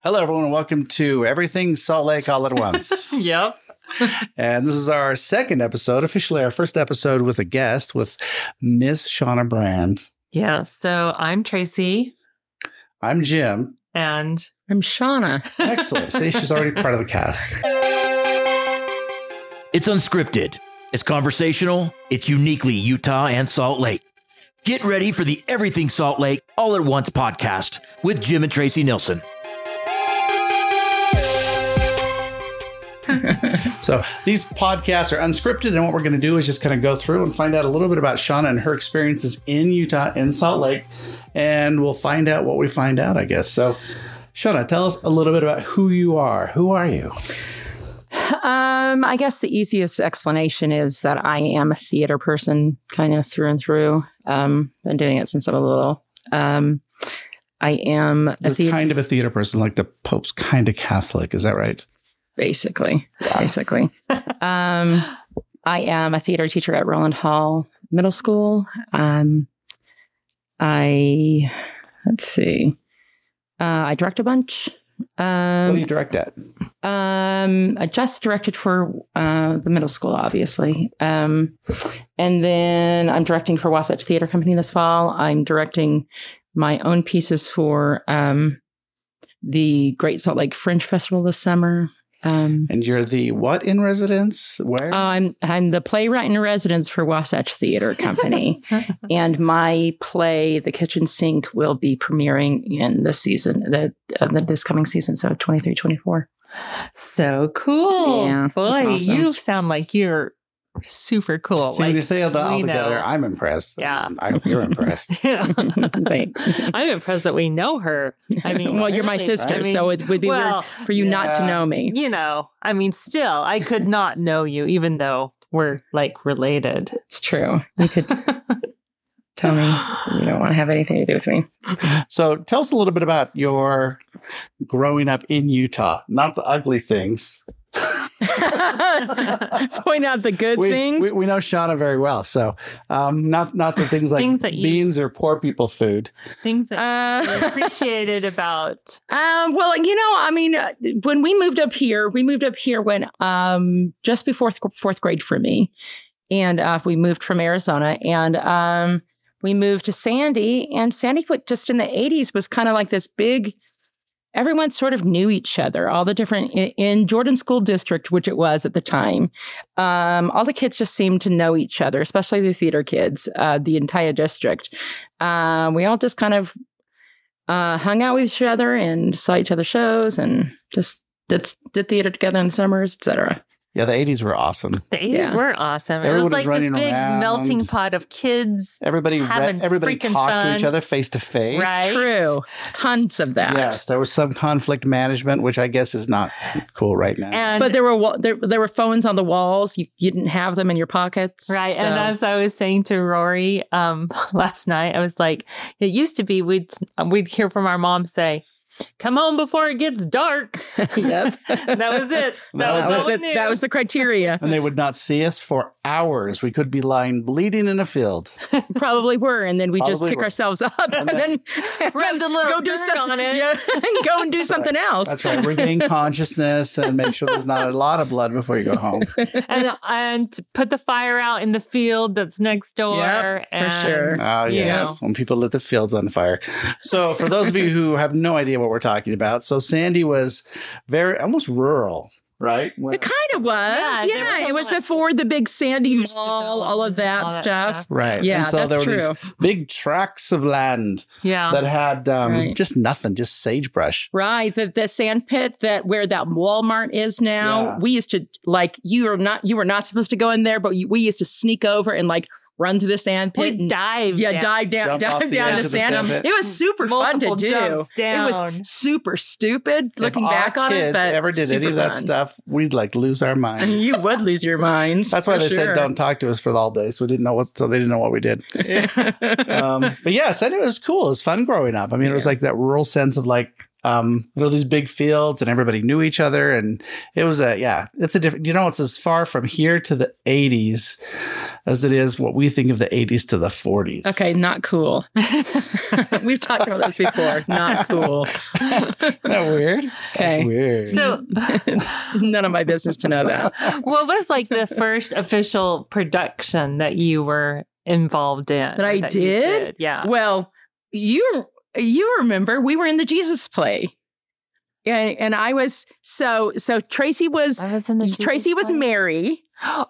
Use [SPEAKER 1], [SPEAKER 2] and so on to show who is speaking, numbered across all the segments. [SPEAKER 1] Hello, everyone, and welcome to Everything Salt Lake All at Once.
[SPEAKER 2] Yep.
[SPEAKER 1] And this is our second episode, officially our first episode with a guest, with Miss Shauna Brand.
[SPEAKER 2] Yeah. So I'm Tracy
[SPEAKER 1] I'm Jim.
[SPEAKER 2] and
[SPEAKER 3] I'm Shauna.
[SPEAKER 1] Excellent. See, she's already part of the cast.
[SPEAKER 4] It's unscripted, it's conversational, it's uniquely Utah and Salt Lake. Get ready for the Everything Salt Lake All at Once podcast with Jim and Tracy Nilsson.
[SPEAKER 1] So these podcasts are unscripted, and what we're going to do is just kind of go through and find out a little bit about Shauna and her experiences in Utah and Salt Lake, and we'll find out what we find out, I guess. So, Shauna, tell us a little bit about who you are. Who are you?
[SPEAKER 3] Um, I guess the easiest explanation is that I am a theater person, kind of through and through.
[SPEAKER 2] uh,
[SPEAKER 3] Um, been doing it since I was little. Um, I am a
[SPEAKER 1] You're
[SPEAKER 3] theater,
[SPEAKER 1] kind of a theater person, like the Pope's kind of Catholic. Is that right?
[SPEAKER 3] basically, basically. um, I am a theater teacher at Roland Hall Middle School. Um, I let's see. Uh, I direct a bunch.
[SPEAKER 1] what
[SPEAKER 3] Um,
[SPEAKER 1] do you direct at?
[SPEAKER 3] Um, I just directed for uh, the middle school, obviously. Um, and then I'm directing for Wasatch Theater Company this fall. I'm directing my own pieces for um, the Great Salt Lake Fringe Festival this summer. Um, oh,
[SPEAKER 1] And you're the what in residence? Where?
[SPEAKER 2] Oh,
[SPEAKER 3] I'm I'm the playwright in residence for Wasatch Theater Company, and my play, The Kitchen Sink, will be premiering in this season, the, uh, this coming season, so 23, 24.
[SPEAKER 2] So cool.
[SPEAKER 3] Yeah, that's
[SPEAKER 2] Boy,
[SPEAKER 3] awesome.
[SPEAKER 2] you sound like you're super cool.
[SPEAKER 1] See, when you
[SPEAKER 2] like,
[SPEAKER 1] say all that all
[SPEAKER 2] we know.
[SPEAKER 1] together, I'm impressed. Um,
[SPEAKER 2] Yeah.
[SPEAKER 1] I, you're impressed.
[SPEAKER 3] Thanks.
[SPEAKER 2] I'm impressed that we know her. I mean,
[SPEAKER 3] well, you're my
[SPEAKER 2] really,
[SPEAKER 3] sister,
[SPEAKER 2] I mean,
[SPEAKER 3] so it would be weird
[SPEAKER 2] well,
[SPEAKER 3] for you not to
[SPEAKER 1] yeah.
[SPEAKER 3] know me.
[SPEAKER 2] you know, I mean, still, I could not know you, even though we're like related.
[SPEAKER 3] It's true. You could tell me you don't want to have anything to do with me.
[SPEAKER 1] So tell us a little bit about your growing up in Utah, not the ugly things.
[SPEAKER 3] Point out the good
[SPEAKER 1] we,
[SPEAKER 3] things.
[SPEAKER 1] We, we know Shauna very well, so um, not not the things like
[SPEAKER 2] Things that you-
[SPEAKER 1] beans or poor people food.
[SPEAKER 2] Things that I
[SPEAKER 3] uh,
[SPEAKER 2] appreciated about
[SPEAKER 3] um, well, you know, I mean, uh, when we moved up here, we moved up here when um, just before th- fourth grade for me, and uh, we moved from Arizona, and um, we moved to Sandy, and Sandy, what- just in the '80s, was kind of like this big. Everyone sort of knew each other. All the different in- in Jordan School District, which it was at the time, um, all the kids just seemed to know each other, especially the theater kids, uh, the entire district. Uh, we all just kind of uh, hung out with each other and saw each other's shows and just did, did theater together in the summers, etc.
[SPEAKER 1] Yeah, the '80s were awesome.
[SPEAKER 2] the 80s
[SPEAKER 3] Yeah.
[SPEAKER 2] were awesome. it
[SPEAKER 1] Everyone
[SPEAKER 2] was
[SPEAKER 1] was
[SPEAKER 2] like this
[SPEAKER 1] running
[SPEAKER 2] big
[SPEAKER 1] around.
[SPEAKER 2] melting pot of kids.
[SPEAKER 1] Everybody
[SPEAKER 2] Having
[SPEAKER 1] re- everybody
[SPEAKER 2] freaking
[SPEAKER 1] talked to each
[SPEAKER 2] fun.
[SPEAKER 1] other face to face.
[SPEAKER 2] Right.
[SPEAKER 3] True, tons of that.
[SPEAKER 1] Yes, there was some conflict management, which I guess is not cool right now.
[SPEAKER 2] And
[SPEAKER 3] But there were wa- there, there were phones on the walls. You, you didn't have them in your pockets,
[SPEAKER 2] Right.
[SPEAKER 3] so-
[SPEAKER 2] And as I was saying to Rory um, last night, I was like, it used to be we'd um, we'd hear from our mom say, "Come home before it gets dark."
[SPEAKER 3] yep,
[SPEAKER 2] That was it. That,
[SPEAKER 1] That
[SPEAKER 2] was,
[SPEAKER 1] was
[SPEAKER 2] all we
[SPEAKER 3] the,
[SPEAKER 2] knew.
[SPEAKER 3] that was the criteria.
[SPEAKER 1] and they would not see us for hours. We could be lying bleeding in a field.
[SPEAKER 3] Probably were, and then we just
[SPEAKER 1] Probably
[SPEAKER 3] pick
[SPEAKER 1] were.
[SPEAKER 3] ourselves up and,
[SPEAKER 1] then-
[SPEAKER 3] then
[SPEAKER 2] rubbed a little
[SPEAKER 3] go do
[SPEAKER 2] dirt
[SPEAKER 3] something.
[SPEAKER 2] on it.
[SPEAKER 3] Yeah, and go and do something else.
[SPEAKER 1] That's right. We're getting consciousness and make sure there's not a lot of blood before you go home.
[SPEAKER 2] And and put the fire out in the field that's next door.
[SPEAKER 3] Yep, for
[SPEAKER 2] and,
[SPEAKER 3] sure.
[SPEAKER 1] Oh,
[SPEAKER 2] you
[SPEAKER 1] yes.
[SPEAKER 2] know.
[SPEAKER 1] When people lit the fields on fire. So, for those of you who have no idea what we're talking about, so Sandy was very almost rural, right? When-
[SPEAKER 3] It kind of was.
[SPEAKER 2] Yeah, there
[SPEAKER 3] Yeah,
[SPEAKER 2] was a
[SPEAKER 3] it was
[SPEAKER 2] lot.
[SPEAKER 3] before the big Sandy
[SPEAKER 2] Huge
[SPEAKER 3] Mall, all
[SPEAKER 2] development,
[SPEAKER 3] of that,
[SPEAKER 2] all that
[SPEAKER 3] stuff.
[SPEAKER 2] stuff.
[SPEAKER 1] Right.
[SPEAKER 3] Yeah,
[SPEAKER 1] and so
[SPEAKER 3] that's
[SPEAKER 1] there were
[SPEAKER 3] true. Uh-huh.
[SPEAKER 1] these big tracts of land
[SPEAKER 2] Yeah.
[SPEAKER 1] that had um,
[SPEAKER 3] Right.
[SPEAKER 1] just nothing, just sagebrush.
[SPEAKER 3] Right, the the sand pit that where that Walmart is now.
[SPEAKER 1] Yeah.
[SPEAKER 3] We used to like you are not you were not supposed to go in there, but you, we used to sneak over and like run through the sand pit.
[SPEAKER 2] we
[SPEAKER 3] and,
[SPEAKER 2] dived.
[SPEAKER 3] yeah,
[SPEAKER 2] down.
[SPEAKER 3] dive down,
[SPEAKER 1] Jump off
[SPEAKER 3] dive
[SPEAKER 1] the
[SPEAKER 3] down
[SPEAKER 2] edge
[SPEAKER 3] the
[SPEAKER 2] of the
[SPEAKER 3] sand.
[SPEAKER 1] sand pit.
[SPEAKER 3] It was super
[SPEAKER 2] Multiple
[SPEAKER 3] fun to
[SPEAKER 2] jumps
[SPEAKER 3] do. It
[SPEAKER 2] down.
[SPEAKER 3] was super stupid looking
[SPEAKER 1] if our
[SPEAKER 3] back on
[SPEAKER 1] kids
[SPEAKER 3] it. But
[SPEAKER 1] ever did any
[SPEAKER 3] super
[SPEAKER 1] of that
[SPEAKER 3] fun.
[SPEAKER 1] stuff, we'd like lose our minds.
[SPEAKER 3] you would lose your minds.
[SPEAKER 1] That's why
[SPEAKER 3] for
[SPEAKER 1] they said
[SPEAKER 3] sure.
[SPEAKER 1] don't talk to us for all day, so we didn't know what. So they didn't know what we did. um, but yes, I knew it was cool. It was fun growing up. I mean, it was like that rural sense of like, um, you know, these big fields and everybody knew each other, and it was a yeah, it's a different. You know, it's as far from here to the '80s as it is what we think of the 80s to the 40s.
[SPEAKER 3] Okay, not cool. We've talked about this before. Not cool.
[SPEAKER 1] Isn't that weird? That's
[SPEAKER 3] Okay.
[SPEAKER 1] weird.
[SPEAKER 2] So,
[SPEAKER 3] None of my business to know that.
[SPEAKER 2] what was like the first official production that you were involved in?
[SPEAKER 3] That I
[SPEAKER 2] or you
[SPEAKER 3] did?
[SPEAKER 2] Yeah.
[SPEAKER 3] Well, you you remember we were in the Jesus play. Yeah, and I was so so Tracy was
[SPEAKER 2] I was in the
[SPEAKER 3] Tracy
[SPEAKER 2] Jesus
[SPEAKER 3] was
[SPEAKER 2] play.
[SPEAKER 3] Mary.
[SPEAKER 2] Oh,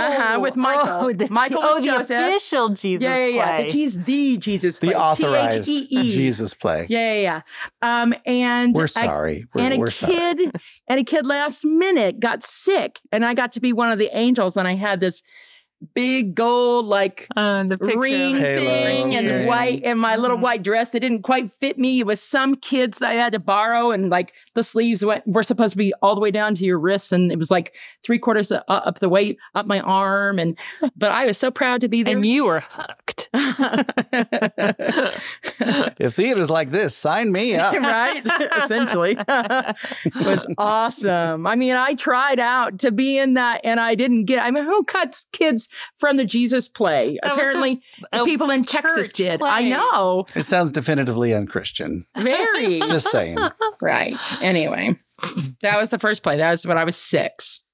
[SPEAKER 3] Uh-huh, with Michael.
[SPEAKER 2] Oh, the,
[SPEAKER 3] Michael
[SPEAKER 2] oh,
[SPEAKER 3] was
[SPEAKER 2] the
[SPEAKER 3] Joseph.
[SPEAKER 2] official Jesus
[SPEAKER 3] yeah, yeah, yeah.
[SPEAKER 2] play.
[SPEAKER 3] He's the Jesus play.
[SPEAKER 1] the authorized
[SPEAKER 3] T-H-E-E.
[SPEAKER 1] Jesus play.
[SPEAKER 3] E Yeah, yeah, yeah. Um, and
[SPEAKER 1] We're
[SPEAKER 3] a-
[SPEAKER 1] sorry. We're,
[SPEAKER 3] and a
[SPEAKER 1] we're sorry.
[SPEAKER 3] kid and a kid last minute got sick, and I got to be one of the angels, and I had this big gold like
[SPEAKER 2] Uh, the picture.
[SPEAKER 3] ring
[SPEAKER 1] Halo
[SPEAKER 3] thing and
[SPEAKER 1] thing.
[SPEAKER 3] white and my little
[SPEAKER 2] Mhm.
[SPEAKER 3] white dress that didn't quite fit me. It was some kids that I had to borrow and like the sleeves went were supposed to be all the way down to your wrists and it was like three quarters u- up the weight up my arm and but I was so proud to be there.
[SPEAKER 2] and you were hooked.
[SPEAKER 1] If theater's like this, sign me up.
[SPEAKER 3] right? Essentially. It was awesome. I mean, I tried out to be in that and I didn't get I mean, who cuts kids from the Jesus play?
[SPEAKER 2] That was a-
[SPEAKER 3] Apparently
[SPEAKER 2] a
[SPEAKER 3] people in Texas
[SPEAKER 2] church
[SPEAKER 3] did.
[SPEAKER 2] play.
[SPEAKER 3] I know.
[SPEAKER 1] It sounds definitively unchristian.
[SPEAKER 3] Very
[SPEAKER 1] Just saying.
[SPEAKER 3] Right. Anyway, that was the first play. That was when I was six.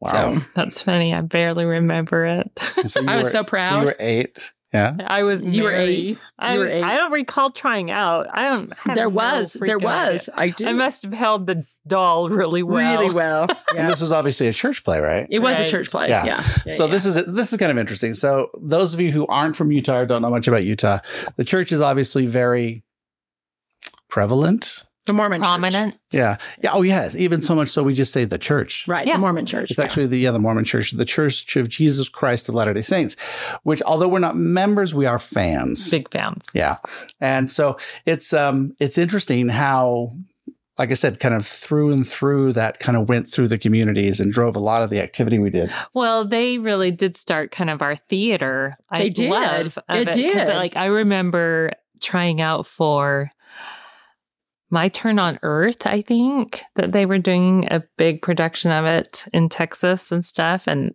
[SPEAKER 1] Wow.
[SPEAKER 3] So
[SPEAKER 2] That's funny. I barely remember it.
[SPEAKER 1] So you
[SPEAKER 3] I was
[SPEAKER 1] were-
[SPEAKER 3] so
[SPEAKER 1] So
[SPEAKER 3] proud.
[SPEAKER 1] you were eight. Yeah.
[SPEAKER 2] I was
[SPEAKER 3] You were
[SPEAKER 2] Mary.
[SPEAKER 3] eight.
[SPEAKER 2] I,
[SPEAKER 3] You were eight.
[SPEAKER 2] I don't recall trying out. I don't. have
[SPEAKER 3] there
[SPEAKER 2] no
[SPEAKER 3] was, there
[SPEAKER 2] freaking idea.
[SPEAKER 3] was. I do
[SPEAKER 2] I must have held the doll really well.
[SPEAKER 3] really well.
[SPEAKER 1] And
[SPEAKER 3] Yeah.
[SPEAKER 1] this was obviously a church play, right?
[SPEAKER 3] It was a
[SPEAKER 2] Right.
[SPEAKER 3] church play.
[SPEAKER 1] Yeah.
[SPEAKER 3] Yeah. Yeah,
[SPEAKER 1] so
[SPEAKER 3] yeah.
[SPEAKER 1] this is this is kind of interesting. So those of you who aren't from Utah or don't know much about Utah, the church is obviously very prevalent.
[SPEAKER 3] the Mormon church.
[SPEAKER 2] prominent.
[SPEAKER 1] Yeah. Yeah. Oh yes. Even so much so we just say the church.
[SPEAKER 3] Right.
[SPEAKER 2] Yeah.
[SPEAKER 3] The Mormon church.
[SPEAKER 1] It's actually the yeah, the Mormon Church, the Church of Jesus Christ of Latter-day Saints, which although we're not members, we are fans.
[SPEAKER 2] Big fans.
[SPEAKER 1] Yeah. And so it's um it's interesting how like I said, kind of through and through that kind of went through the communities and drove a lot of the activity we did.
[SPEAKER 2] Well, they really did start kind of our theater. I
[SPEAKER 3] They did.
[SPEAKER 2] love of
[SPEAKER 3] They
[SPEAKER 2] it 'cause,
[SPEAKER 3] did.
[SPEAKER 2] Like I remember trying out for my turn on Earth. I think that they were doing a big production of it in Texas and stuff. And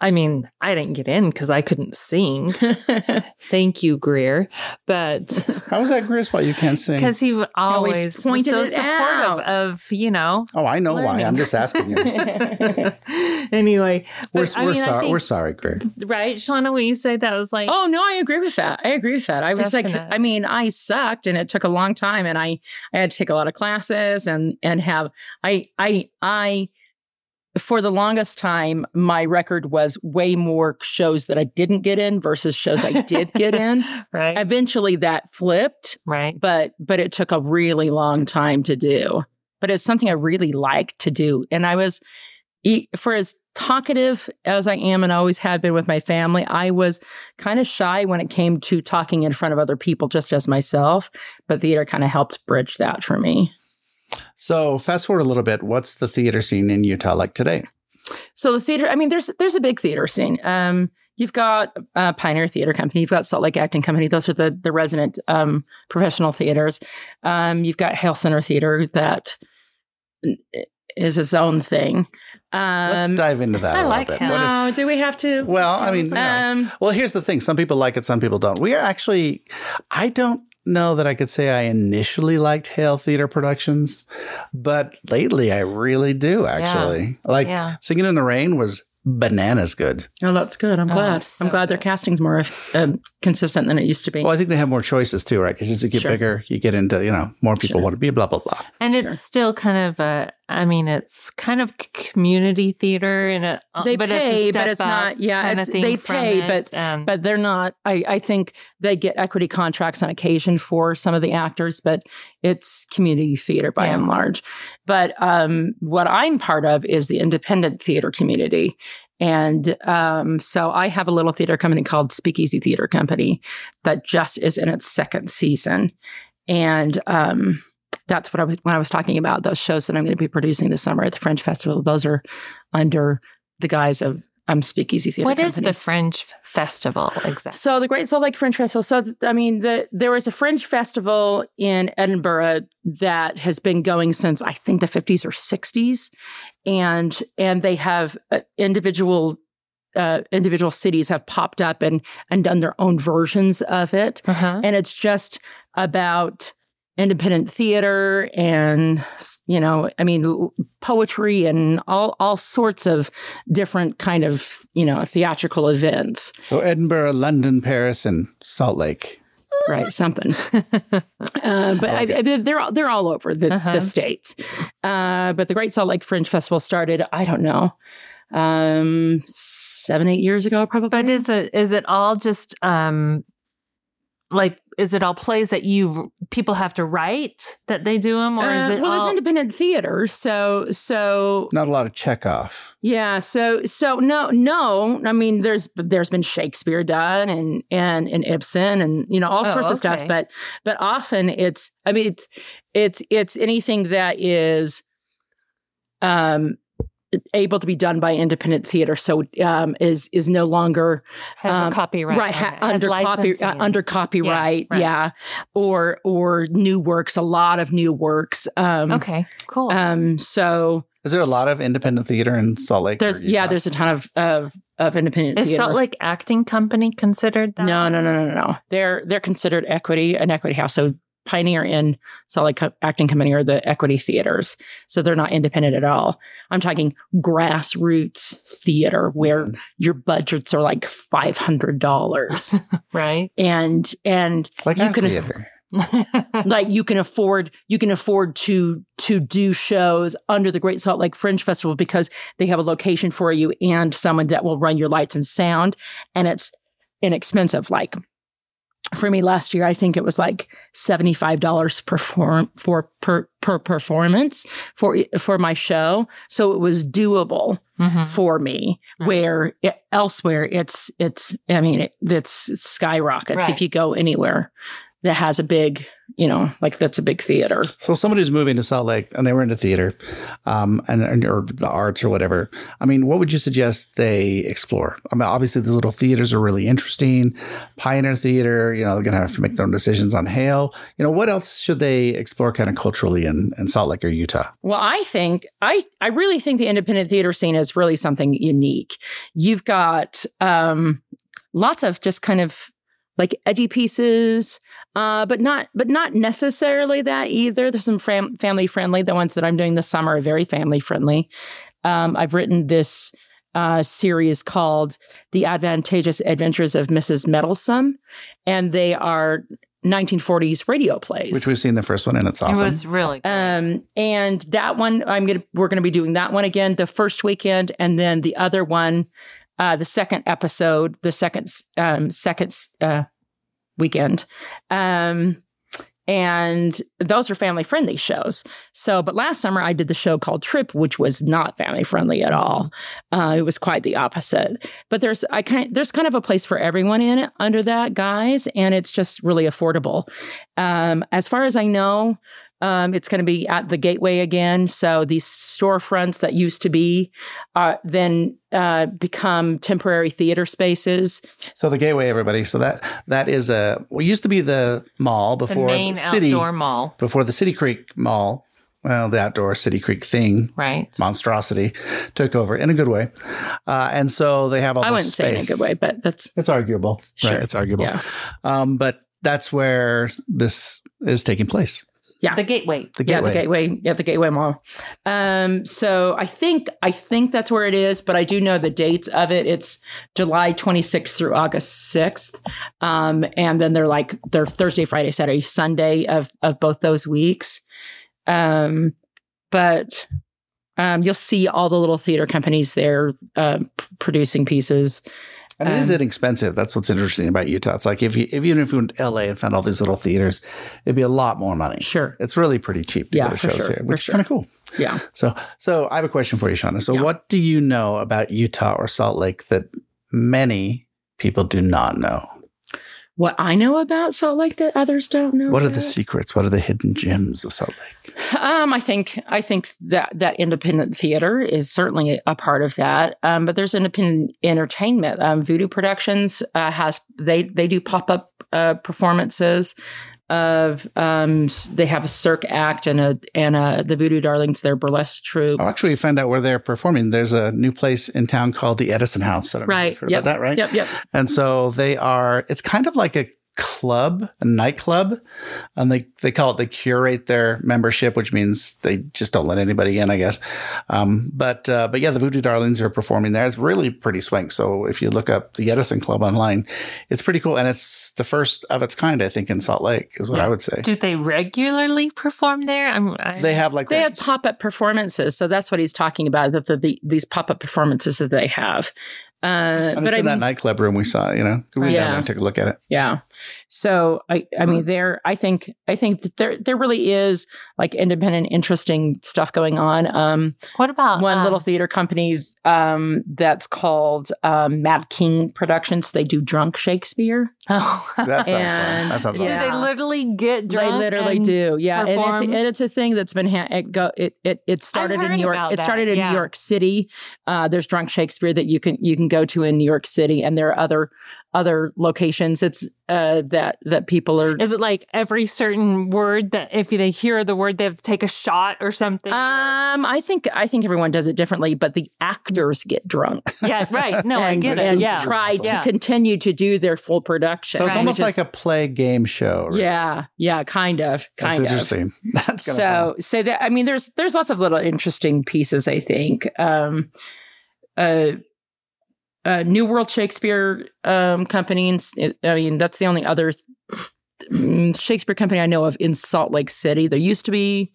[SPEAKER 2] I mean, I didn't get in because I couldn't sing.
[SPEAKER 3] Yeah.
[SPEAKER 2] Thank you, Greer. But
[SPEAKER 1] How was that, Chris? Why you can't sing?
[SPEAKER 2] because he always,
[SPEAKER 3] always pointed
[SPEAKER 2] was
[SPEAKER 3] it
[SPEAKER 2] so
[SPEAKER 3] out.
[SPEAKER 2] supportive of you know.
[SPEAKER 1] Oh, I know why.
[SPEAKER 2] learning.
[SPEAKER 1] I'm just asking you.
[SPEAKER 2] anyway,
[SPEAKER 1] We're,
[SPEAKER 2] but, I
[SPEAKER 1] we're
[SPEAKER 2] mean, I
[SPEAKER 1] sorry.
[SPEAKER 2] think-
[SPEAKER 1] We're sorry, Greg.
[SPEAKER 2] right, Shauna? When you say that was like,
[SPEAKER 3] Oh no, I agree with that. I agree with that. I
[SPEAKER 2] It's
[SPEAKER 3] was like,
[SPEAKER 2] definite.
[SPEAKER 3] I mean, I sucked, and it took a long time, and I I had to take a lot of classes, and and have I I I for the longest time my record was way more shows that I didn't get in versus shows I did get in.
[SPEAKER 2] right,
[SPEAKER 3] Eventually, that flipped,
[SPEAKER 2] right,
[SPEAKER 3] but but it took a really long time to do. But it's something I really like to do, and I was e- for as talkative as I am and always have been with my family. I was kind of shy when it came to talking in front of other people, just as myself. But theater kind of helped bridge that for me.
[SPEAKER 1] So fast forward a little bit. What's the theater scene in Utah like today?
[SPEAKER 3] So the theater, I mean, there's there's a big theater scene. Um, you've got uh, Pioneer Theater Company, you've got Salt Lake Acting Company. Those are the the resident um, professional theaters. Um, you've got Hale Center Theater that is its own thing.
[SPEAKER 1] Let's
[SPEAKER 3] Um,
[SPEAKER 1] dive into that
[SPEAKER 2] I
[SPEAKER 1] a little
[SPEAKER 2] like Um,
[SPEAKER 1] bit.
[SPEAKER 2] how-
[SPEAKER 1] What is-
[SPEAKER 3] oh, do we have to?
[SPEAKER 1] well, I mean, no.
[SPEAKER 3] um,
[SPEAKER 1] well, here's the thing. Some people like it. Some people don't. We are actually. I don't know that I could say I initially liked Hale Theater Productions, but lately I really do. Actually, like
[SPEAKER 2] yeah.
[SPEAKER 1] Singing in the Rain was bananas good.
[SPEAKER 3] oh, that's good. I'm
[SPEAKER 2] Oh,
[SPEAKER 3] glad.
[SPEAKER 2] so
[SPEAKER 3] I'm glad their
[SPEAKER 2] good.
[SPEAKER 3] casting's more um, consistent than it used to be.
[SPEAKER 1] Well, I think they have more choices too, right? Because as you get
[SPEAKER 3] Sure.
[SPEAKER 1] bigger, you get into you know more people
[SPEAKER 3] Sure.
[SPEAKER 1] want to be blah blah blah.
[SPEAKER 2] And
[SPEAKER 3] Sure.
[SPEAKER 2] it's still kind of a, I mean, it's kind of c- community theater, and it,
[SPEAKER 3] they
[SPEAKER 2] but it's a
[SPEAKER 3] pay,
[SPEAKER 2] step
[SPEAKER 3] but it's
[SPEAKER 2] up
[SPEAKER 3] not. Yeah,
[SPEAKER 2] kind
[SPEAKER 3] it's,
[SPEAKER 2] of thing
[SPEAKER 3] they
[SPEAKER 2] from
[SPEAKER 3] pay,
[SPEAKER 2] it, um,
[SPEAKER 3] but
[SPEAKER 2] and
[SPEAKER 3] but they're not I, I think they get equity contracts on occasion for some of the actors but it's community theater by
[SPEAKER 2] Yeah.
[SPEAKER 3] and large but um, what i'm part of is the independent theater community and um, so i have a little theater company called speakeasy theater company that just is in its second season and um, that's what I was when I was talking about those shows that I'm going to be producing this summer at the French Festival. Those are under the guise of um, Speakeasy Theater.
[SPEAKER 2] what is
[SPEAKER 3] Company.
[SPEAKER 2] the Fringe festival exactly?
[SPEAKER 3] So the Great Salt Lake Fringe Festival. So th- I mean, the there was a Fringe festival in Edinburgh that has been going since I think the 50s or 60s, and and they have uh, individual uh, individual cities have popped up and and done their own versions of it,
[SPEAKER 2] Uh-huh.
[SPEAKER 3] and it's just about independent theater and you know i mean l- poetry and all all sorts of different kind of you know theatrical events
[SPEAKER 1] So Edinburgh, London, Paris, and Salt Lake.
[SPEAKER 3] right something uh, but I, I- they're all, they're all over the,
[SPEAKER 2] Uh-huh.
[SPEAKER 3] the states uh, but the great salt lake fringe festival started i don't know um seven eight years ago probably
[SPEAKER 2] But is it is it all just um like is it all plays that you people have to write that they do them or is
[SPEAKER 3] Uh,
[SPEAKER 2] it
[SPEAKER 3] well
[SPEAKER 2] all,
[SPEAKER 3] it's independent theater so so
[SPEAKER 1] Not a lot of Chekhov.
[SPEAKER 3] Yeah, so so no no, I mean there's there's been Shakespeare done and and and Ibsen and you know all
[SPEAKER 2] Oh,
[SPEAKER 3] sorts of stuff
[SPEAKER 2] okay.
[SPEAKER 3] but but often it's I mean it's it's it's anything that is um able to be done by independent theater so um is is no longer
[SPEAKER 2] has
[SPEAKER 3] um,
[SPEAKER 2] a copyright
[SPEAKER 3] right,
[SPEAKER 2] on
[SPEAKER 3] ha-
[SPEAKER 2] it, has
[SPEAKER 3] under copy,
[SPEAKER 2] licensing?
[SPEAKER 3] uh, under copyright yeah,
[SPEAKER 2] right.
[SPEAKER 3] or or new works a lot of new works um
[SPEAKER 2] okay cool
[SPEAKER 3] um so
[SPEAKER 1] Is there a lot of independent theater in Salt Lake?
[SPEAKER 3] there's
[SPEAKER 1] or
[SPEAKER 3] yeah,
[SPEAKER 1] Utah?
[SPEAKER 3] there's a ton of of, of independent.
[SPEAKER 2] is
[SPEAKER 3] theater.
[SPEAKER 2] Salt Lake Acting Company considered that
[SPEAKER 3] No, no, no, no, no, no. They're they're considered equity an equity house. So Pioneer and Salt Lake Co- Acting Company are the equity theaters. So they're not independent at all. I'm talking grassroots theater where your budgets are like five hundred dollars,
[SPEAKER 2] right Mm-hmm.
[SPEAKER 3] and and
[SPEAKER 1] like
[SPEAKER 3] you
[SPEAKER 1] our
[SPEAKER 3] can-
[SPEAKER 1] theater.
[SPEAKER 3] like you can afford you can afford to to do shows under the Great Salt Lake Fringe Festival because they have a location for you and someone that will run your lights and sound and it's inexpensive like for me last year I think it was like $75 per form for per, per performance for for my show so it was doable
[SPEAKER 2] Mhm.
[SPEAKER 3] for me
[SPEAKER 2] Right.
[SPEAKER 3] where it, elsewhere it's it's i mean it, it's, it skyrockets
[SPEAKER 2] Right.
[SPEAKER 3] if you go anywhere that has a big you know like that's a big theater
[SPEAKER 1] So somebody who's moving to Salt Lake and they were into theater, um, and, and or the arts or whatever. I mean, what would you suggest they explore? I mean, obviously these little theaters are really interesting. Pioneer Theater, you know, they're gonna have to make their own decisions on Hale. You know, what else should they explore kind of culturally in, in Salt Lake or Utah?
[SPEAKER 3] well i think i i really think the independent theater scene is really something unique you've got um lots of just kind of like edgy pieces uh but not but not necessarily that either there's some fam- family friendly the ones that i'm doing this summer are very family friendly um i've written this uh, series called The Advantageous Adventures of Mrs. Meddlesome. And they are 1940s radio plays.
[SPEAKER 1] Which we've seen the first one and it's awesome.
[SPEAKER 2] it was really good.
[SPEAKER 3] Um, and that one, I'm gonna we're gonna be doing that one again the first weekend, and then the other one, uh, the second episode, the second s- um, second s- uh, weekend, um, and those are family friendly shows. So, but last summer I did the show called Trip, which was not family friendly at all. Uh, it was quite the opposite. But there's I kind there's kind of a place for everyone in it under that guys, and it's just really affordable. Um, as far as I know, um, it's going to be at the gateway again. So these storefronts that used to be uh, then uh, become temporary theater spaces.
[SPEAKER 1] So the gateway, everybody. So that that is a what used to be the mall
[SPEAKER 2] the
[SPEAKER 1] before
[SPEAKER 2] main
[SPEAKER 1] the city
[SPEAKER 2] outdoor mall
[SPEAKER 1] before the City Creek Mall. Well, the outdoor City Creek thing
[SPEAKER 2] right
[SPEAKER 1] monstrosity took over in a good way, uh, and so they have all.
[SPEAKER 3] I
[SPEAKER 1] this
[SPEAKER 3] wouldn't say in a
[SPEAKER 1] space.
[SPEAKER 3] good way, but that's
[SPEAKER 1] It's arguable,
[SPEAKER 3] Sure.
[SPEAKER 1] right? It's arguable,
[SPEAKER 3] Yeah.
[SPEAKER 1] um, but that's where this is taking place.
[SPEAKER 3] Yeah.
[SPEAKER 2] the gateway
[SPEAKER 1] The
[SPEAKER 3] yeah,
[SPEAKER 1] gateway.
[SPEAKER 3] the gateway, yeah, the gateway mall. Um, so I think I think that's where it is, but I do know the dates of it. It's July 26th through August 6th, um, and then they're like they're Thursday, Friday, Saturday, Sunday of of both those weeks. Um, but um, you'll see all the little theater companies there um, p- producing pieces.
[SPEAKER 1] and it is
[SPEAKER 3] um,
[SPEAKER 1] inexpensive. That's what's interesting about Utah. It's like if you if even if you went to LA and found all these little theaters, it'd be a lot more money.
[SPEAKER 3] Sure,
[SPEAKER 1] It's really pretty cheap to
[SPEAKER 3] Yeah,
[SPEAKER 1] go to
[SPEAKER 3] for
[SPEAKER 1] shows
[SPEAKER 3] sure,
[SPEAKER 1] here,
[SPEAKER 3] for
[SPEAKER 1] which is
[SPEAKER 3] sure.
[SPEAKER 1] kind of cool.
[SPEAKER 3] yeah.
[SPEAKER 1] So, so I have a question for you, Shauna. So,
[SPEAKER 3] Yeah.
[SPEAKER 1] what do you know about Utah or Salt Lake that many people do not know?
[SPEAKER 3] What I know about Salt Lake that others don't know.
[SPEAKER 1] What are
[SPEAKER 3] about?
[SPEAKER 1] the secrets? What are the hidden gems of Salt Lake?
[SPEAKER 3] Um, I think I think that that independent theater is certainly a part of that. Um, but there's independent entertainment. Um, Voodoo Productions uh, has they they do pop up uh, performances. of um, s- they have a Cirque act and a and a the Voodoo Darlings, their burlesque troupe.
[SPEAKER 1] Oh, actually, we found out where they're performing. There's a new place in town called the Edison House. I don't know if
[SPEAKER 3] Right.
[SPEAKER 1] you've heard
[SPEAKER 3] Yep.
[SPEAKER 1] about that, right?
[SPEAKER 3] Yep, yep.
[SPEAKER 1] And so they are, it's kind of like a club, a nightclub. And they, they call it, they curate their membership, which means they just don't let anybody in, I guess. Um, but, uh, but yeah, the Voodoo Darlings are performing there. It's really pretty swank. So if you look up the Edison Club online, it's pretty cool. And it's the first of its kind, I think, in Salt Lake, is what I would say.
[SPEAKER 2] Do they regularly perform there? I'm, I,
[SPEAKER 1] They have like
[SPEAKER 3] They
[SPEAKER 1] that-
[SPEAKER 3] have pop up performances, so that's what he's talking about. That the, the, these pop up performances that they have. Uh,
[SPEAKER 1] and
[SPEAKER 3] but
[SPEAKER 1] it's
[SPEAKER 3] I
[SPEAKER 1] in that
[SPEAKER 3] mean,
[SPEAKER 1] nightclub room we saw, you know, we went down
[SPEAKER 3] Yeah.
[SPEAKER 1] there and take a look at it.
[SPEAKER 3] yeah. So I, I
[SPEAKER 1] Mm.
[SPEAKER 3] mean, there, I think, I think that there, there really is like independent, interesting stuff going on. Um,
[SPEAKER 2] what
[SPEAKER 1] Uh,
[SPEAKER 2] about
[SPEAKER 3] one
[SPEAKER 2] um,
[SPEAKER 3] little theater company um, that's called um, Matt King Productions. They do drunk Shakespeare.
[SPEAKER 2] Oh.
[SPEAKER 1] That sounds fun.
[SPEAKER 3] And-
[SPEAKER 1] That sounds
[SPEAKER 2] Do
[SPEAKER 1] awesome.
[SPEAKER 3] Yeah.
[SPEAKER 2] they literally get
[SPEAKER 3] They
[SPEAKER 2] drunk?
[SPEAKER 3] literally
[SPEAKER 2] and-
[SPEAKER 3] do, yeah, and it's,
[SPEAKER 2] perform?
[SPEAKER 3] and it's a thing that's been ha- it go it it, it started in
[SPEAKER 2] heard
[SPEAKER 3] New York.
[SPEAKER 2] about
[SPEAKER 3] It
[SPEAKER 2] that,
[SPEAKER 3] started in
[SPEAKER 2] yeah.
[SPEAKER 3] New York City. Uh, there's drunk Shakespeare that you can you can go to in New York City, and there are other other locations. It's uh, that that people are.
[SPEAKER 2] Is it like every certain word that if they hear the word, they have to take a shot or something?
[SPEAKER 3] um, I think I think everyone does it differently, but the actors get drunk
[SPEAKER 2] yeah, right. No, I
[SPEAKER 3] and,
[SPEAKER 2] get it.
[SPEAKER 3] and
[SPEAKER 2] Yeah.
[SPEAKER 3] try
[SPEAKER 2] Yeah.
[SPEAKER 3] to continue to do their full production.
[SPEAKER 1] So it's
[SPEAKER 2] Right.
[SPEAKER 1] almost
[SPEAKER 3] which
[SPEAKER 1] like
[SPEAKER 3] is-
[SPEAKER 1] a play game show. Right?
[SPEAKER 3] yeah, yeah, kind of,
[SPEAKER 1] That's
[SPEAKER 3] kind of.
[SPEAKER 1] interesting. That's gonna
[SPEAKER 3] so so that i mean there's there's lots of little interesting pieces i think um uh uh, New World Shakespeare um, Company. In, I mean, that's the only other mm, Shakespeare company I know of in Salt Lake City. There used to be,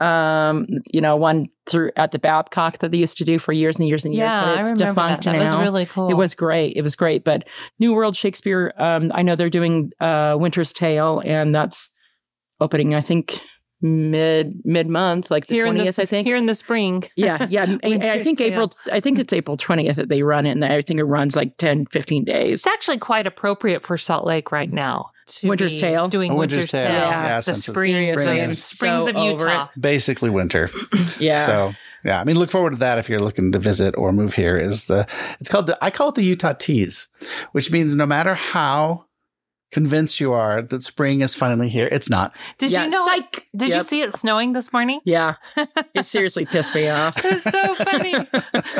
[SPEAKER 3] um, you know, one through at the Babcock that they used to do for years and years and years.
[SPEAKER 2] Yeah,
[SPEAKER 3] but it's
[SPEAKER 2] I remember
[SPEAKER 3] defunct
[SPEAKER 2] that. That was
[SPEAKER 3] now.
[SPEAKER 2] really cool.
[SPEAKER 3] It was great. It was great. But New World Shakespeare, um, I know they're doing uh, Winter's Tale, and that's opening, I think, mid mid month, like the
[SPEAKER 2] here in
[SPEAKER 3] twentieth,
[SPEAKER 2] the
[SPEAKER 3] I think.
[SPEAKER 2] here in the spring.
[SPEAKER 3] yeah, yeah. And- and I
[SPEAKER 2] Winter's
[SPEAKER 3] think
[SPEAKER 2] Tale.
[SPEAKER 3] April I think it's April 20th that they run it, and I think it runs like 10, 15 days.
[SPEAKER 2] It's actually quite appropriate for Salt Lake right now. To
[SPEAKER 3] Winter's
[SPEAKER 2] be
[SPEAKER 3] Tale.
[SPEAKER 2] Doing
[SPEAKER 1] A
[SPEAKER 2] Winter's,
[SPEAKER 1] Winter's
[SPEAKER 2] Tale.
[SPEAKER 1] Tale. Yeah,
[SPEAKER 2] the
[SPEAKER 1] since it's
[SPEAKER 2] spring,
[SPEAKER 1] spring,
[SPEAKER 2] the
[SPEAKER 1] I'm
[SPEAKER 2] springs
[SPEAKER 3] so
[SPEAKER 2] of
[SPEAKER 3] over
[SPEAKER 2] Utah.
[SPEAKER 1] happen. basically winter.
[SPEAKER 3] Yeah.
[SPEAKER 1] So yeah, I mean, look forward to that if you're looking to visit or move here. Is the it's called the I call it the Utah tease, which means no matter how convinced you are that spring is finally here, it's not.
[SPEAKER 2] Did
[SPEAKER 3] Yeah,
[SPEAKER 2] you know? it-
[SPEAKER 3] psych?
[SPEAKER 2] Did you
[SPEAKER 3] Yep.
[SPEAKER 2] see it snowing this morning?
[SPEAKER 3] Yeah. It seriously pissed me off.
[SPEAKER 2] It's so funny.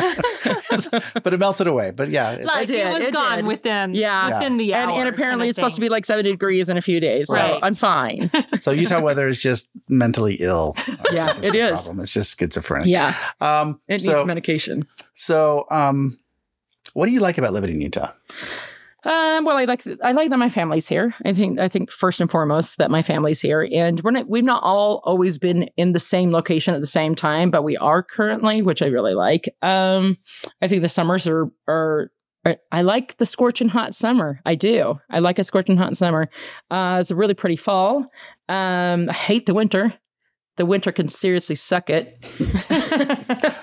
[SPEAKER 1] But it melted away. But yeah, it's,
[SPEAKER 2] like it,
[SPEAKER 3] did,
[SPEAKER 2] was
[SPEAKER 3] it
[SPEAKER 2] gone
[SPEAKER 3] did.
[SPEAKER 2] within
[SPEAKER 3] Yeah.
[SPEAKER 2] within the hour.
[SPEAKER 3] And, and apparently it's supposed to be like 70 degrees in a few days. So
[SPEAKER 2] Right.
[SPEAKER 3] I'm fine.
[SPEAKER 1] so Utah weather is just mentally ill.
[SPEAKER 3] Yeah,
[SPEAKER 1] That's
[SPEAKER 3] it
[SPEAKER 1] the
[SPEAKER 3] is.
[SPEAKER 1] Problem. It's just schizophrenic.
[SPEAKER 3] yeah.
[SPEAKER 1] Um.
[SPEAKER 3] It
[SPEAKER 1] so
[SPEAKER 3] needs medication.
[SPEAKER 1] so um, what do you like about living in Utah?
[SPEAKER 3] Um, well, I like I like that my family's here. I think I think first and foremost that my family's here, and we're not we've not all always been in the same location at the same time, but we are currently, which I really like. Um, I think the summers are are. are- I like the scorching hot summer. I do. I like a scorching hot summer. Uh, it's a really pretty fall. Um, I hate the winter. The winter can seriously suck it.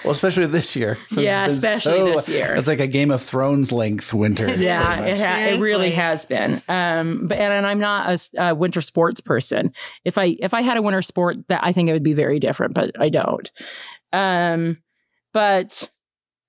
[SPEAKER 1] Well, especially this year. since
[SPEAKER 3] yeah,
[SPEAKER 1] it's been
[SPEAKER 3] especially
[SPEAKER 1] so-
[SPEAKER 3] this year.
[SPEAKER 1] It's like a Game of Thrones length winter.
[SPEAKER 3] Yeah,
[SPEAKER 1] pretty
[SPEAKER 3] it,
[SPEAKER 1] much.
[SPEAKER 3] ha- it really
[SPEAKER 2] Seriously.
[SPEAKER 3] has been. Um, but and, and I'm not a s- a, winter sports person. If I if I had a winter sport, that I think it would be very different. But I don't. Um, but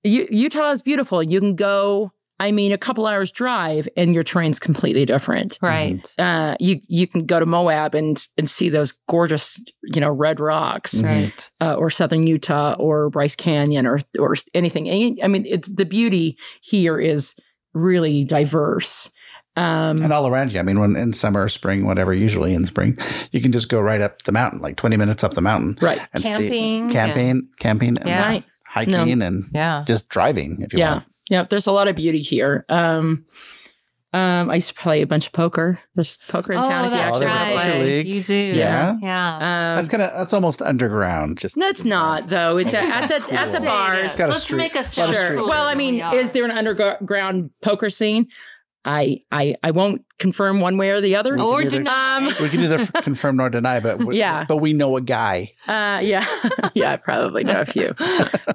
[SPEAKER 3] U- Utah is beautiful. You can go. I mean, a couple hours drive, and your terrain's completely different.
[SPEAKER 1] Mm-hmm.
[SPEAKER 2] right.
[SPEAKER 3] Uh, you you can go to Moab and and see those gorgeous, you know, red rocks
[SPEAKER 1] Mhm.
[SPEAKER 2] Right.
[SPEAKER 3] uh, or Southern Utah or Bryce Canyon or or anything. And, I mean, it's the beauty here is really diverse. Um,
[SPEAKER 1] And all around you. I mean, when in summer, spring, whatever, usually in spring, you can just go right up the mountain, like 20 minutes up the mountain
[SPEAKER 3] right,
[SPEAKER 1] and
[SPEAKER 2] Camping
[SPEAKER 1] see camping, camping, and
[SPEAKER 2] Yeah.
[SPEAKER 3] right,
[SPEAKER 1] hiking, and
[SPEAKER 2] Yeah.
[SPEAKER 1] just driving if you
[SPEAKER 3] yeah,
[SPEAKER 1] want.
[SPEAKER 3] yeah. There's a lot of beauty here. Um, um, I used to play a bunch of poker. There's poker in
[SPEAKER 2] Oh,
[SPEAKER 3] town. If you
[SPEAKER 1] that's
[SPEAKER 3] ask me what
[SPEAKER 1] right.
[SPEAKER 3] I play.
[SPEAKER 1] Poker league.
[SPEAKER 2] You do.
[SPEAKER 1] Yeah.
[SPEAKER 2] Yeah.
[SPEAKER 3] Um,
[SPEAKER 1] That's kind of, that's almost underground. Just
[SPEAKER 3] no, it's not though. It's at, at the at the
[SPEAKER 1] Cool.
[SPEAKER 3] bars.
[SPEAKER 1] It's got a
[SPEAKER 2] Let's
[SPEAKER 1] street-
[SPEAKER 2] make us
[SPEAKER 1] lot
[SPEAKER 2] sound
[SPEAKER 1] of street
[SPEAKER 2] cooler
[SPEAKER 3] Well, I
[SPEAKER 2] than we
[SPEAKER 3] mean,
[SPEAKER 2] are.
[SPEAKER 3] is there an underground poker scene? I I I won't confirm one way or the other.
[SPEAKER 1] We
[SPEAKER 3] Um,
[SPEAKER 2] or
[SPEAKER 1] can either-
[SPEAKER 2] deny?
[SPEAKER 1] We can either f- confirm nor deny, but we,
[SPEAKER 3] Yeah.
[SPEAKER 1] but we know a guy.
[SPEAKER 3] Uh, yeah, yeah, I probably know a few.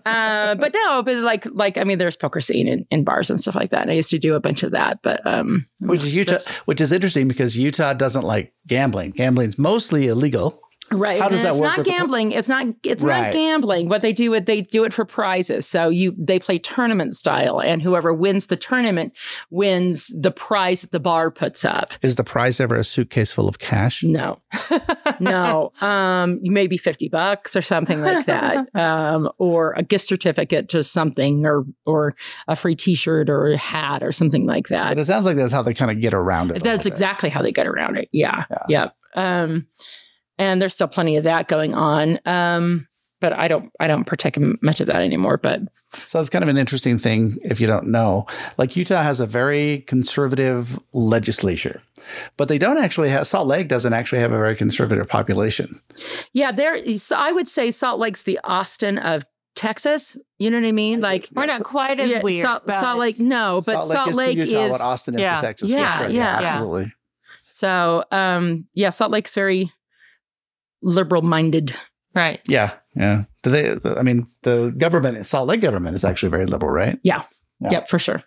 [SPEAKER 3] Uh, but no, but like, like I mean, there's poker scene in, in bars and stuff like that. And I used to do a bunch of that, but um,
[SPEAKER 1] Which is Utah, which is interesting because Utah doesn't like gambling. Gambling's mostly illegal.
[SPEAKER 3] Right.
[SPEAKER 1] How does
[SPEAKER 3] And
[SPEAKER 1] that
[SPEAKER 3] it's
[SPEAKER 1] work
[SPEAKER 3] not
[SPEAKER 1] with the-
[SPEAKER 3] gambling. It's not it's
[SPEAKER 1] Right.
[SPEAKER 3] not gambling. What they do is they do it for prizes. So you they play tournament style and whoever wins the tournament wins the prize that the bar puts up.
[SPEAKER 1] Is the prize ever a suitcase full of cash?
[SPEAKER 3] No. No. um maybe 50 bucks or something like that. Um or a gift certificate to something or or a free t-shirt or a hat or something like that.
[SPEAKER 1] But it sounds like that's how they kind of get around it. a
[SPEAKER 3] That's
[SPEAKER 1] little bit.
[SPEAKER 3] exactly how they get around it. Yeah.
[SPEAKER 1] Yeah.
[SPEAKER 3] Yeah. Um, and there's still plenty of that going on. Um, but I don't, I don't partake in much of that anymore. But
[SPEAKER 1] So that's kind of an interesting thing if you don't know. Like Utah has a very conservative legislature, but they don't actually have Salt Lake doesn't actually have a very conservative population.
[SPEAKER 3] yeah, there is, so I would say Salt Lake's the Austin of Texas. You know what I mean? Like,
[SPEAKER 2] We're not quite as
[SPEAKER 3] yeah,
[SPEAKER 2] weird.
[SPEAKER 3] Salt,
[SPEAKER 2] but-
[SPEAKER 3] Salt Lake, no, but Salt,
[SPEAKER 1] is to
[SPEAKER 3] Lake
[SPEAKER 1] Utah
[SPEAKER 3] is,
[SPEAKER 1] what Austin is
[SPEAKER 2] yeah,
[SPEAKER 1] to Texas.
[SPEAKER 3] yeah,
[SPEAKER 1] for sure.
[SPEAKER 3] yeah,
[SPEAKER 2] yeah.
[SPEAKER 1] absolutely.
[SPEAKER 3] so, um, yeah, Salt Lake's very liberal minded.
[SPEAKER 2] Right.
[SPEAKER 1] Yeah, yeah. Do they? I mean, the government, Salt Lake government, is actually very liberal, right? Yeah.
[SPEAKER 3] Yep, for sure.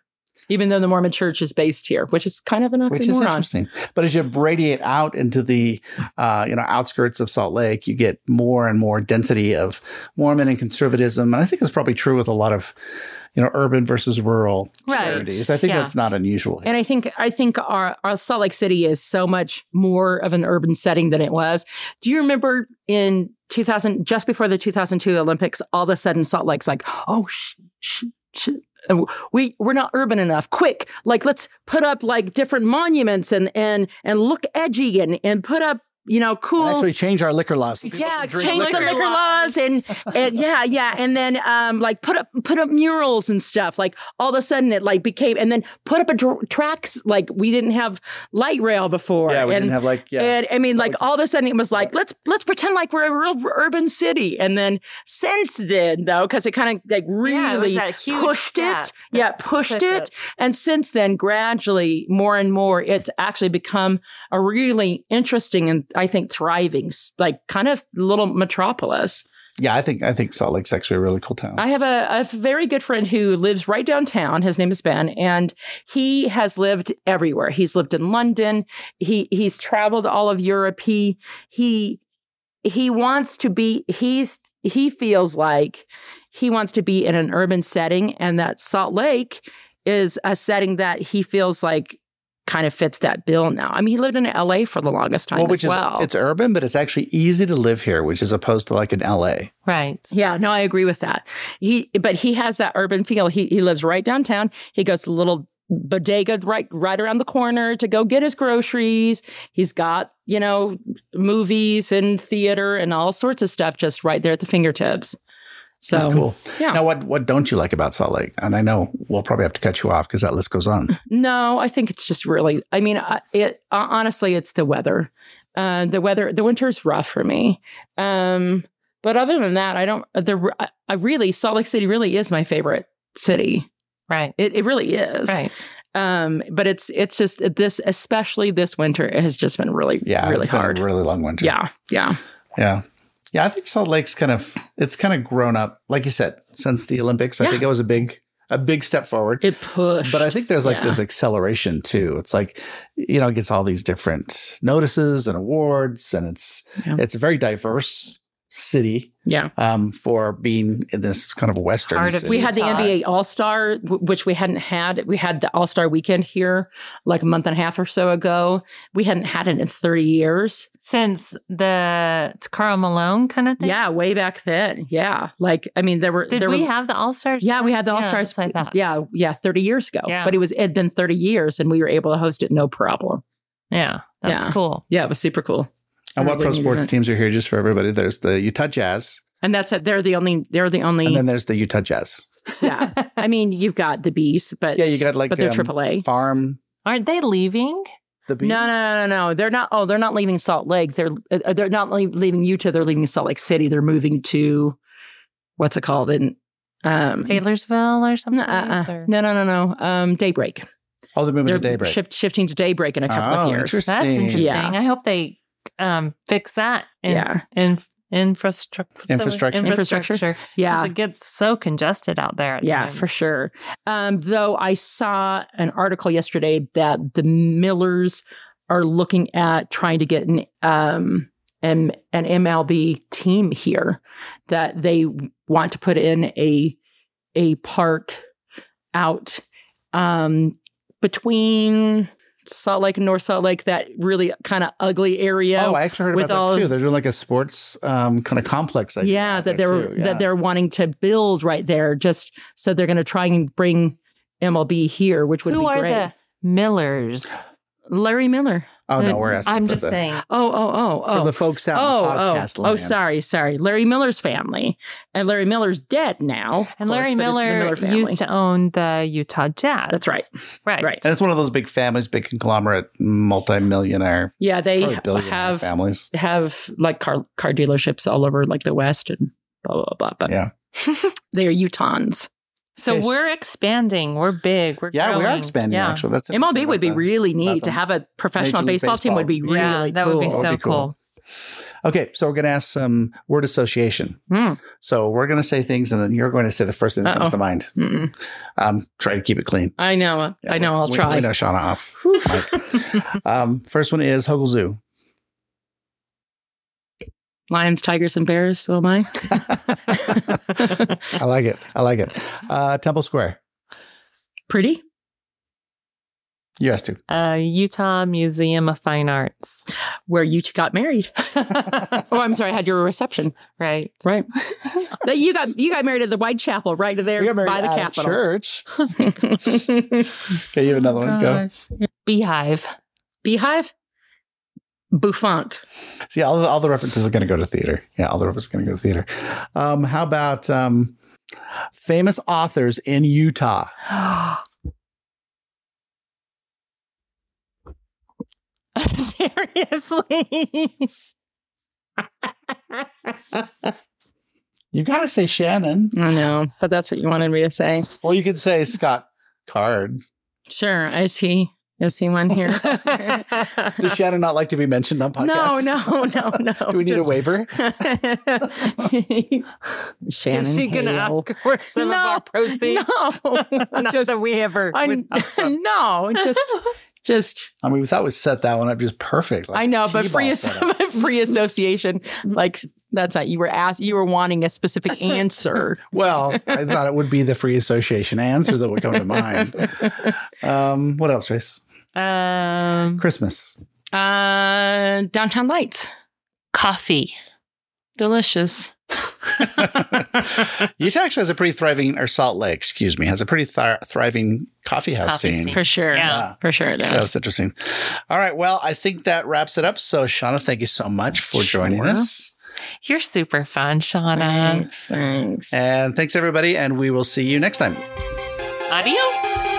[SPEAKER 3] Even though the Mormon church is based here, which is kind of an
[SPEAKER 1] Which is
[SPEAKER 3] oxymoron.
[SPEAKER 1] interesting. But as you radiate out into the, uh, you know, outskirts of Salt Lake, you get more and more density of Mormon and conservatism, and I think it's probably true with a lot of, you know, urban versus rural
[SPEAKER 2] Right.
[SPEAKER 1] charities. I think
[SPEAKER 2] Yeah.
[SPEAKER 1] that's not unusual.
[SPEAKER 3] And I think I think our, our Salt Lake City is so much more of an urban setting than it was. Do you remember in 2000, just before the 2002 Olympics, all of a sudden Salt Lake's like, oh, sh- sh- sh- and we we're not urban enough. Quick, like let's put up like different monuments and and and look edgy and and put up you know cool.
[SPEAKER 1] And actually, change our liquor laws. People
[SPEAKER 3] yeah,
[SPEAKER 1] can drink
[SPEAKER 3] change the
[SPEAKER 2] liquor.
[SPEAKER 3] liquor laws and, and yeah, yeah, and then um like put up put up murals and stuff. Like all of a sudden it like became and then put up a tr- tracks like we didn't have light rail before.
[SPEAKER 1] Yeah, we
[SPEAKER 3] and,
[SPEAKER 1] didn't have like yeah.
[SPEAKER 3] And I mean, like
[SPEAKER 1] Like-
[SPEAKER 3] all of a sudden, it was like
[SPEAKER 1] Yeah.
[SPEAKER 3] let's let's pretend like we're a real urban city. And then since then, though, because it kind of like
[SPEAKER 2] Yeah, it was
[SPEAKER 3] really
[SPEAKER 2] that huge
[SPEAKER 3] pushed
[SPEAKER 2] step
[SPEAKER 3] it, yeah, pushed
[SPEAKER 2] took
[SPEAKER 3] it. And since then, gradually, more and more, it's actually become a really interesting and I think thriving, s- like kind of little metropolis.
[SPEAKER 1] yeah, I think I think Salt Lake's actually a really cool town.
[SPEAKER 3] I have a, a very good friend who lives right downtown. His name is Ben, and he has lived everywhere. He's lived in London. He he's traveled all of Europe. He he he wants to be. He's he feels like he wants to be in an urban setting, and that Salt Lake is a setting that he feels like kind of fits that bill now. I mean, he lived in L.A. for the longest time
[SPEAKER 1] which
[SPEAKER 3] as well.
[SPEAKER 1] is it's urban, but it's actually easy to live here, which is opposed to like in LA.
[SPEAKER 2] Right.
[SPEAKER 3] Yeah, no, I agree with that. He, but he has that urban feel. He he lives right downtown. He goes to the little bodega right right around the corner to go get his groceries. He's got you know movies and theater and all sorts of stuff just right there at the fingertips. So
[SPEAKER 1] That's cool.
[SPEAKER 3] yeah.
[SPEAKER 1] Now, what what don't you like about Salt Lake? And I know we'll probably have to cut you off because that list goes on.
[SPEAKER 3] No, I think it's just really. I mean, I- it uh, honestly, it's the weather. Uh, the weather, the winter's rough for me. Um, but other than that, I don't. The I- I really Salt Lake City really is my favorite city.
[SPEAKER 2] Right.
[SPEAKER 3] It it really is.
[SPEAKER 2] Right.
[SPEAKER 3] Um, but it's it's just this, especially this winter, it has just been really
[SPEAKER 1] Yeah,
[SPEAKER 3] really
[SPEAKER 1] it's been
[SPEAKER 3] hard.
[SPEAKER 1] a really long winter.
[SPEAKER 3] yeah, yeah,
[SPEAKER 1] yeah, yeah. I think Salt Lake's kind of it's kind of grown up, like you said, since the Olympics. I
[SPEAKER 3] Yeah.
[SPEAKER 1] think it was a big a big step forward.
[SPEAKER 3] it pushed.
[SPEAKER 1] But I think there's like
[SPEAKER 3] Yeah.
[SPEAKER 1] this acceleration too. It's like, you know, it gets all these different notices and awards, and it's
[SPEAKER 3] Yeah.
[SPEAKER 1] it's a very diverse city
[SPEAKER 3] yeah,
[SPEAKER 1] um, for being in this kind of western.
[SPEAKER 2] Heart of-
[SPEAKER 1] city.
[SPEAKER 3] we had the
[SPEAKER 2] Utah.
[SPEAKER 3] NBA All Star, which we hadn't had. We had the All Star Weekend here like a month and a half or so ago. We hadn't had it in thirty years.
[SPEAKER 2] Since the it's Carl Malone kind of thing.
[SPEAKER 3] Yeah, way back then. Yeah, like I mean, there were
[SPEAKER 2] Did
[SPEAKER 3] there
[SPEAKER 2] we
[SPEAKER 3] were,
[SPEAKER 2] have the All Stars?
[SPEAKER 3] Yeah, we had the All Stars.
[SPEAKER 2] that's what I thought.
[SPEAKER 3] yeah, yeah, thirty years ago.
[SPEAKER 2] Yeah.
[SPEAKER 3] But it was it had been thirty years, and we were able to host it no problem.
[SPEAKER 2] Yeah. That's
[SPEAKER 3] Yeah.
[SPEAKER 2] cool.
[SPEAKER 3] Yeah, it was super cool.
[SPEAKER 1] and what pro
[SPEAKER 3] Urban
[SPEAKER 1] sports
[SPEAKER 3] event.
[SPEAKER 1] teams are here just for everybody? There's the Utah Jazz,
[SPEAKER 3] And that's it. They're the only. They're the only.
[SPEAKER 1] and then there's the Utah Jazz.
[SPEAKER 3] yeah. I mean, you've got the bees, but
[SPEAKER 1] Yeah, you got like
[SPEAKER 3] but they're
[SPEAKER 1] um,
[SPEAKER 3] AAA.
[SPEAKER 1] farm
[SPEAKER 2] Aren't they leaving?
[SPEAKER 1] the
[SPEAKER 3] No,
[SPEAKER 1] bees.
[SPEAKER 3] no, no, no, no. They're not. Oh, they're not leaving Salt Lake. They're uh, they're not le- leaving Utah. They're leaving Salt Lake City. They're moving to what's it called in um.
[SPEAKER 2] Taylorsville or
[SPEAKER 3] n-
[SPEAKER 2] something?
[SPEAKER 3] uh-uh. No, no, no, no. Um, daybreak.
[SPEAKER 1] Oh, they're moving
[SPEAKER 3] They're
[SPEAKER 1] to daybreak.
[SPEAKER 3] Shift, shifting to daybreak in a couple
[SPEAKER 1] Oh,
[SPEAKER 3] of years.
[SPEAKER 1] interesting.
[SPEAKER 2] That's interesting.
[SPEAKER 3] Yeah.
[SPEAKER 2] I hope they um, fix that in,
[SPEAKER 3] Yeah,
[SPEAKER 2] in, infrastru-
[SPEAKER 1] Infrastructure.
[SPEAKER 2] Infrastructure.
[SPEAKER 3] Infrastructure.
[SPEAKER 2] 'Cause
[SPEAKER 3] yeah,
[SPEAKER 2] It gets so congested out there. At
[SPEAKER 3] yeah,
[SPEAKER 2] times.
[SPEAKER 3] for sure. Um, though I saw an article yesterday that the Millers are looking at trying to get an um M- an MLB team here that they want to put in a a park out um, between Salt Lake and North Salt Lake, that really kind of ugly area.
[SPEAKER 1] oh, I actually heard
[SPEAKER 3] with
[SPEAKER 1] about
[SPEAKER 3] all
[SPEAKER 1] that
[SPEAKER 3] of-
[SPEAKER 1] too. They're doing like a sports um, kind of complex. idea
[SPEAKER 3] yeah,
[SPEAKER 1] out
[SPEAKER 3] that
[SPEAKER 1] there,
[SPEAKER 3] they're
[SPEAKER 1] too. Yeah.
[SPEAKER 3] that they're wanting to build right there, just so they're going to try and bring MLB here, which would
[SPEAKER 2] Who
[SPEAKER 3] be
[SPEAKER 2] are
[SPEAKER 3] great.
[SPEAKER 2] the Millers?
[SPEAKER 3] Larry Miller.
[SPEAKER 1] Oh no, we're asking.
[SPEAKER 2] I'm
[SPEAKER 1] for
[SPEAKER 2] just
[SPEAKER 1] the,
[SPEAKER 2] saying.
[SPEAKER 3] Oh, oh, oh, oh.
[SPEAKER 1] for the folks out
[SPEAKER 3] oh,
[SPEAKER 1] in podcast
[SPEAKER 3] oh,
[SPEAKER 1] land.
[SPEAKER 3] oh, sorry, sorry. Larry Miller's family, and Larry Miller's dead now. of
[SPEAKER 2] And
[SPEAKER 3] course,
[SPEAKER 2] Larry
[SPEAKER 3] but it's the
[SPEAKER 2] Miller,
[SPEAKER 3] family.
[SPEAKER 2] used to own the Utah Jazz.
[SPEAKER 3] That's right.
[SPEAKER 2] Right.
[SPEAKER 3] Right.
[SPEAKER 1] And it's one of those big families, big conglomerate, multi-millionaire,
[SPEAKER 3] Yeah, they
[SPEAKER 1] probably billionaire
[SPEAKER 3] have
[SPEAKER 1] families.
[SPEAKER 3] have like car car dealerships all over like the West and blah blah blah. But
[SPEAKER 1] Yeah.
[SPEAKER 3] they are Utahns.
[SPEAKER 2] So
[SPEAKER 1] Yes.
[SPEAKER 2] we're expanding. We're big. We're
[SPEAKER 1] Yeah, we are
[SPEAKER 2] growing.
[SPEAKER 1] expanding.
[SPEAKER 2] Yeah.
[SPEAKER 1] Actually, that's
[SPEAKER 3] MLB would be
[SPEAKER 1] interesting about
[SPEAKER 3] really neat to
[SPEAKER 1] them.
[SPEAKER 3] have a professional
[SPEAKER 1] Major League
[SPEAKER 3] baseball, team. Would be
[SPEAKER 1] Baseball.
[SPEAKER 3] really
[SPEAKER 2] yeah, that
[SPEAKER 3] cool.
[SPEAKER 2] would be
[SPEAKER 1] That would
[SPEAKER 2] so
[SPEAKER 1] be cool.
[SPEAKER 2] cool.
[SPEAKER 1] that. Okay, so we're gonna ask some word association.
[SPEAKER 3] Hmm.
[SPEAKER 1] So we're gonna say things, and then you're going to say the first thing that comes
[SPEAKER 3] Uh-oh.
[SPEAKER 1] to mind.
[SPEAKER 3] Mm-mm.
[SPEAKER 1] Um, try to keep it clean.
[SPEAKER 3] I know.
[SPEAKER 1] Yeah,
[SPEAKER 3] I know.
[SPEAKER 1] we-
[SPEAKER 3] I'll
[SPEAKER 1] we-
[SPEAKER 3] try.
[SPEAKER 1] We know Shauna off. mic. um, first one is Hogle Zoo.
[SPEAKER 3] Lions, tigers, and bears. oh So am I.
[SPEAKER 1] I like it. I like it. Uh, Temple Square.
[SPEAKER 3] Pretty.
[SPEAKER 1] You asked to.
[SPEAKER 2] Uh, Utah Museum of Fine Arts.
[SPEAKER 3] Where you two got married? oh, I'm sorry. Had your reception.
[SPEAKER 2] Right.
[SPEAKER 3] Right. That you got you got married at the Whitechapel, right there
[SPEAKER 1] We got married
[SPEAKER 3] by the
[SPEAKER 1] out of
[SPEAKER 3] Capitol.
[SPEAKER 1] Church. Okay, you have another
[SPEAKER 3] Oh,
[SPEAKER 1] one. Go.
[SPEAKER 2] Beehive.
[SPEAKER 3] Beehive, bouffant.
[SPEAKER 1] See, all the, all the references are going to go to theater. Yeah, all the references are going to go to theater. Um, how about um, famous authors in Utah?
[SPEAKER 2] Seriously.
[SPEAKER 1] You got to say Shannon,
[SPEAKER 3] I know, but that's what you wanted me to say.
[SPEAKER 1] or you could say Scott Card.
[SPEAKER 3] Sure, I see. I see one here.
[SPEAKER 1] Does Shannon not like to be mentioned on
[SPEAKER 3] no,
[SPEAKER 1] podcasts?
[SPEAKER 3] no, no, no.
[SPEAKER 1] Do we need a waiver?
[SPEAKER 3] waiver? Shannon,
[SPEAKER 2] Is she going to
[SPEAKER 3] Hale.
[SPEAKER 2] ask for some of
[SPEAKER 3] No,
[SPEAKER 2] our proceeds?
[SPEAKER 3] No,
[SPEAKER 2] Not
[SPEAKER 3] just
[SPEAKER 2] that we ever.
[SPEAKER 3] I,
[SPEAKER 2] would hope so.
[SPEAKER 3] no, just just
[SPEAKER 1] I mean, we thought we set that one up just perfect. like
[SPEAKER 3] I know, but
[SPEAKER 1] T-ball
[SPEAKER 3] free
[SPEAKER 1] setup.
[SPEAKER 3] as- free association, like that's not you were asked. You were wanting a specific answer.
[SPEAKER 1] well, I thought it would be the free association answer that would come to mind. Um, what else, Race?
[SPEAKER 2] Um,
[SPEAKER 1] Christmas.
[SPEAKER 3] Uh, downtown lights,
[SPEAKER 2] coffee.
[SPEAKER 3] delicious.
[SPEAKER 1] Utah actually has a pretty thriving, or Salt Lake, excuse me, has a pretty thri- thriving coffee house
[SPEAKER 2] Coffee
[SPEAKER 1] scene.
[SPEAKER 2] scene.
[SPEAKER 3] For sure.
[SPEAKER 2] Yeah.
[SPEAKER 3] For sure it
[SPEAKER 1] That
[SPEAKER 3] is.
[SPEAKER 1] was interesting. All right. Well, I think that wraps it up. So, Shauna, thank you so much for joining
[SPEAKER 3] Sure.
[SPEAKER 1] us.
[SPEAKER 2] You're super fun, Shauna.
[SPEAKER 3] Thanks. Thanks.
[SPEAKER 1] And thanks, everybody. And we will see you next time.
[SPEAKER 2] Adios.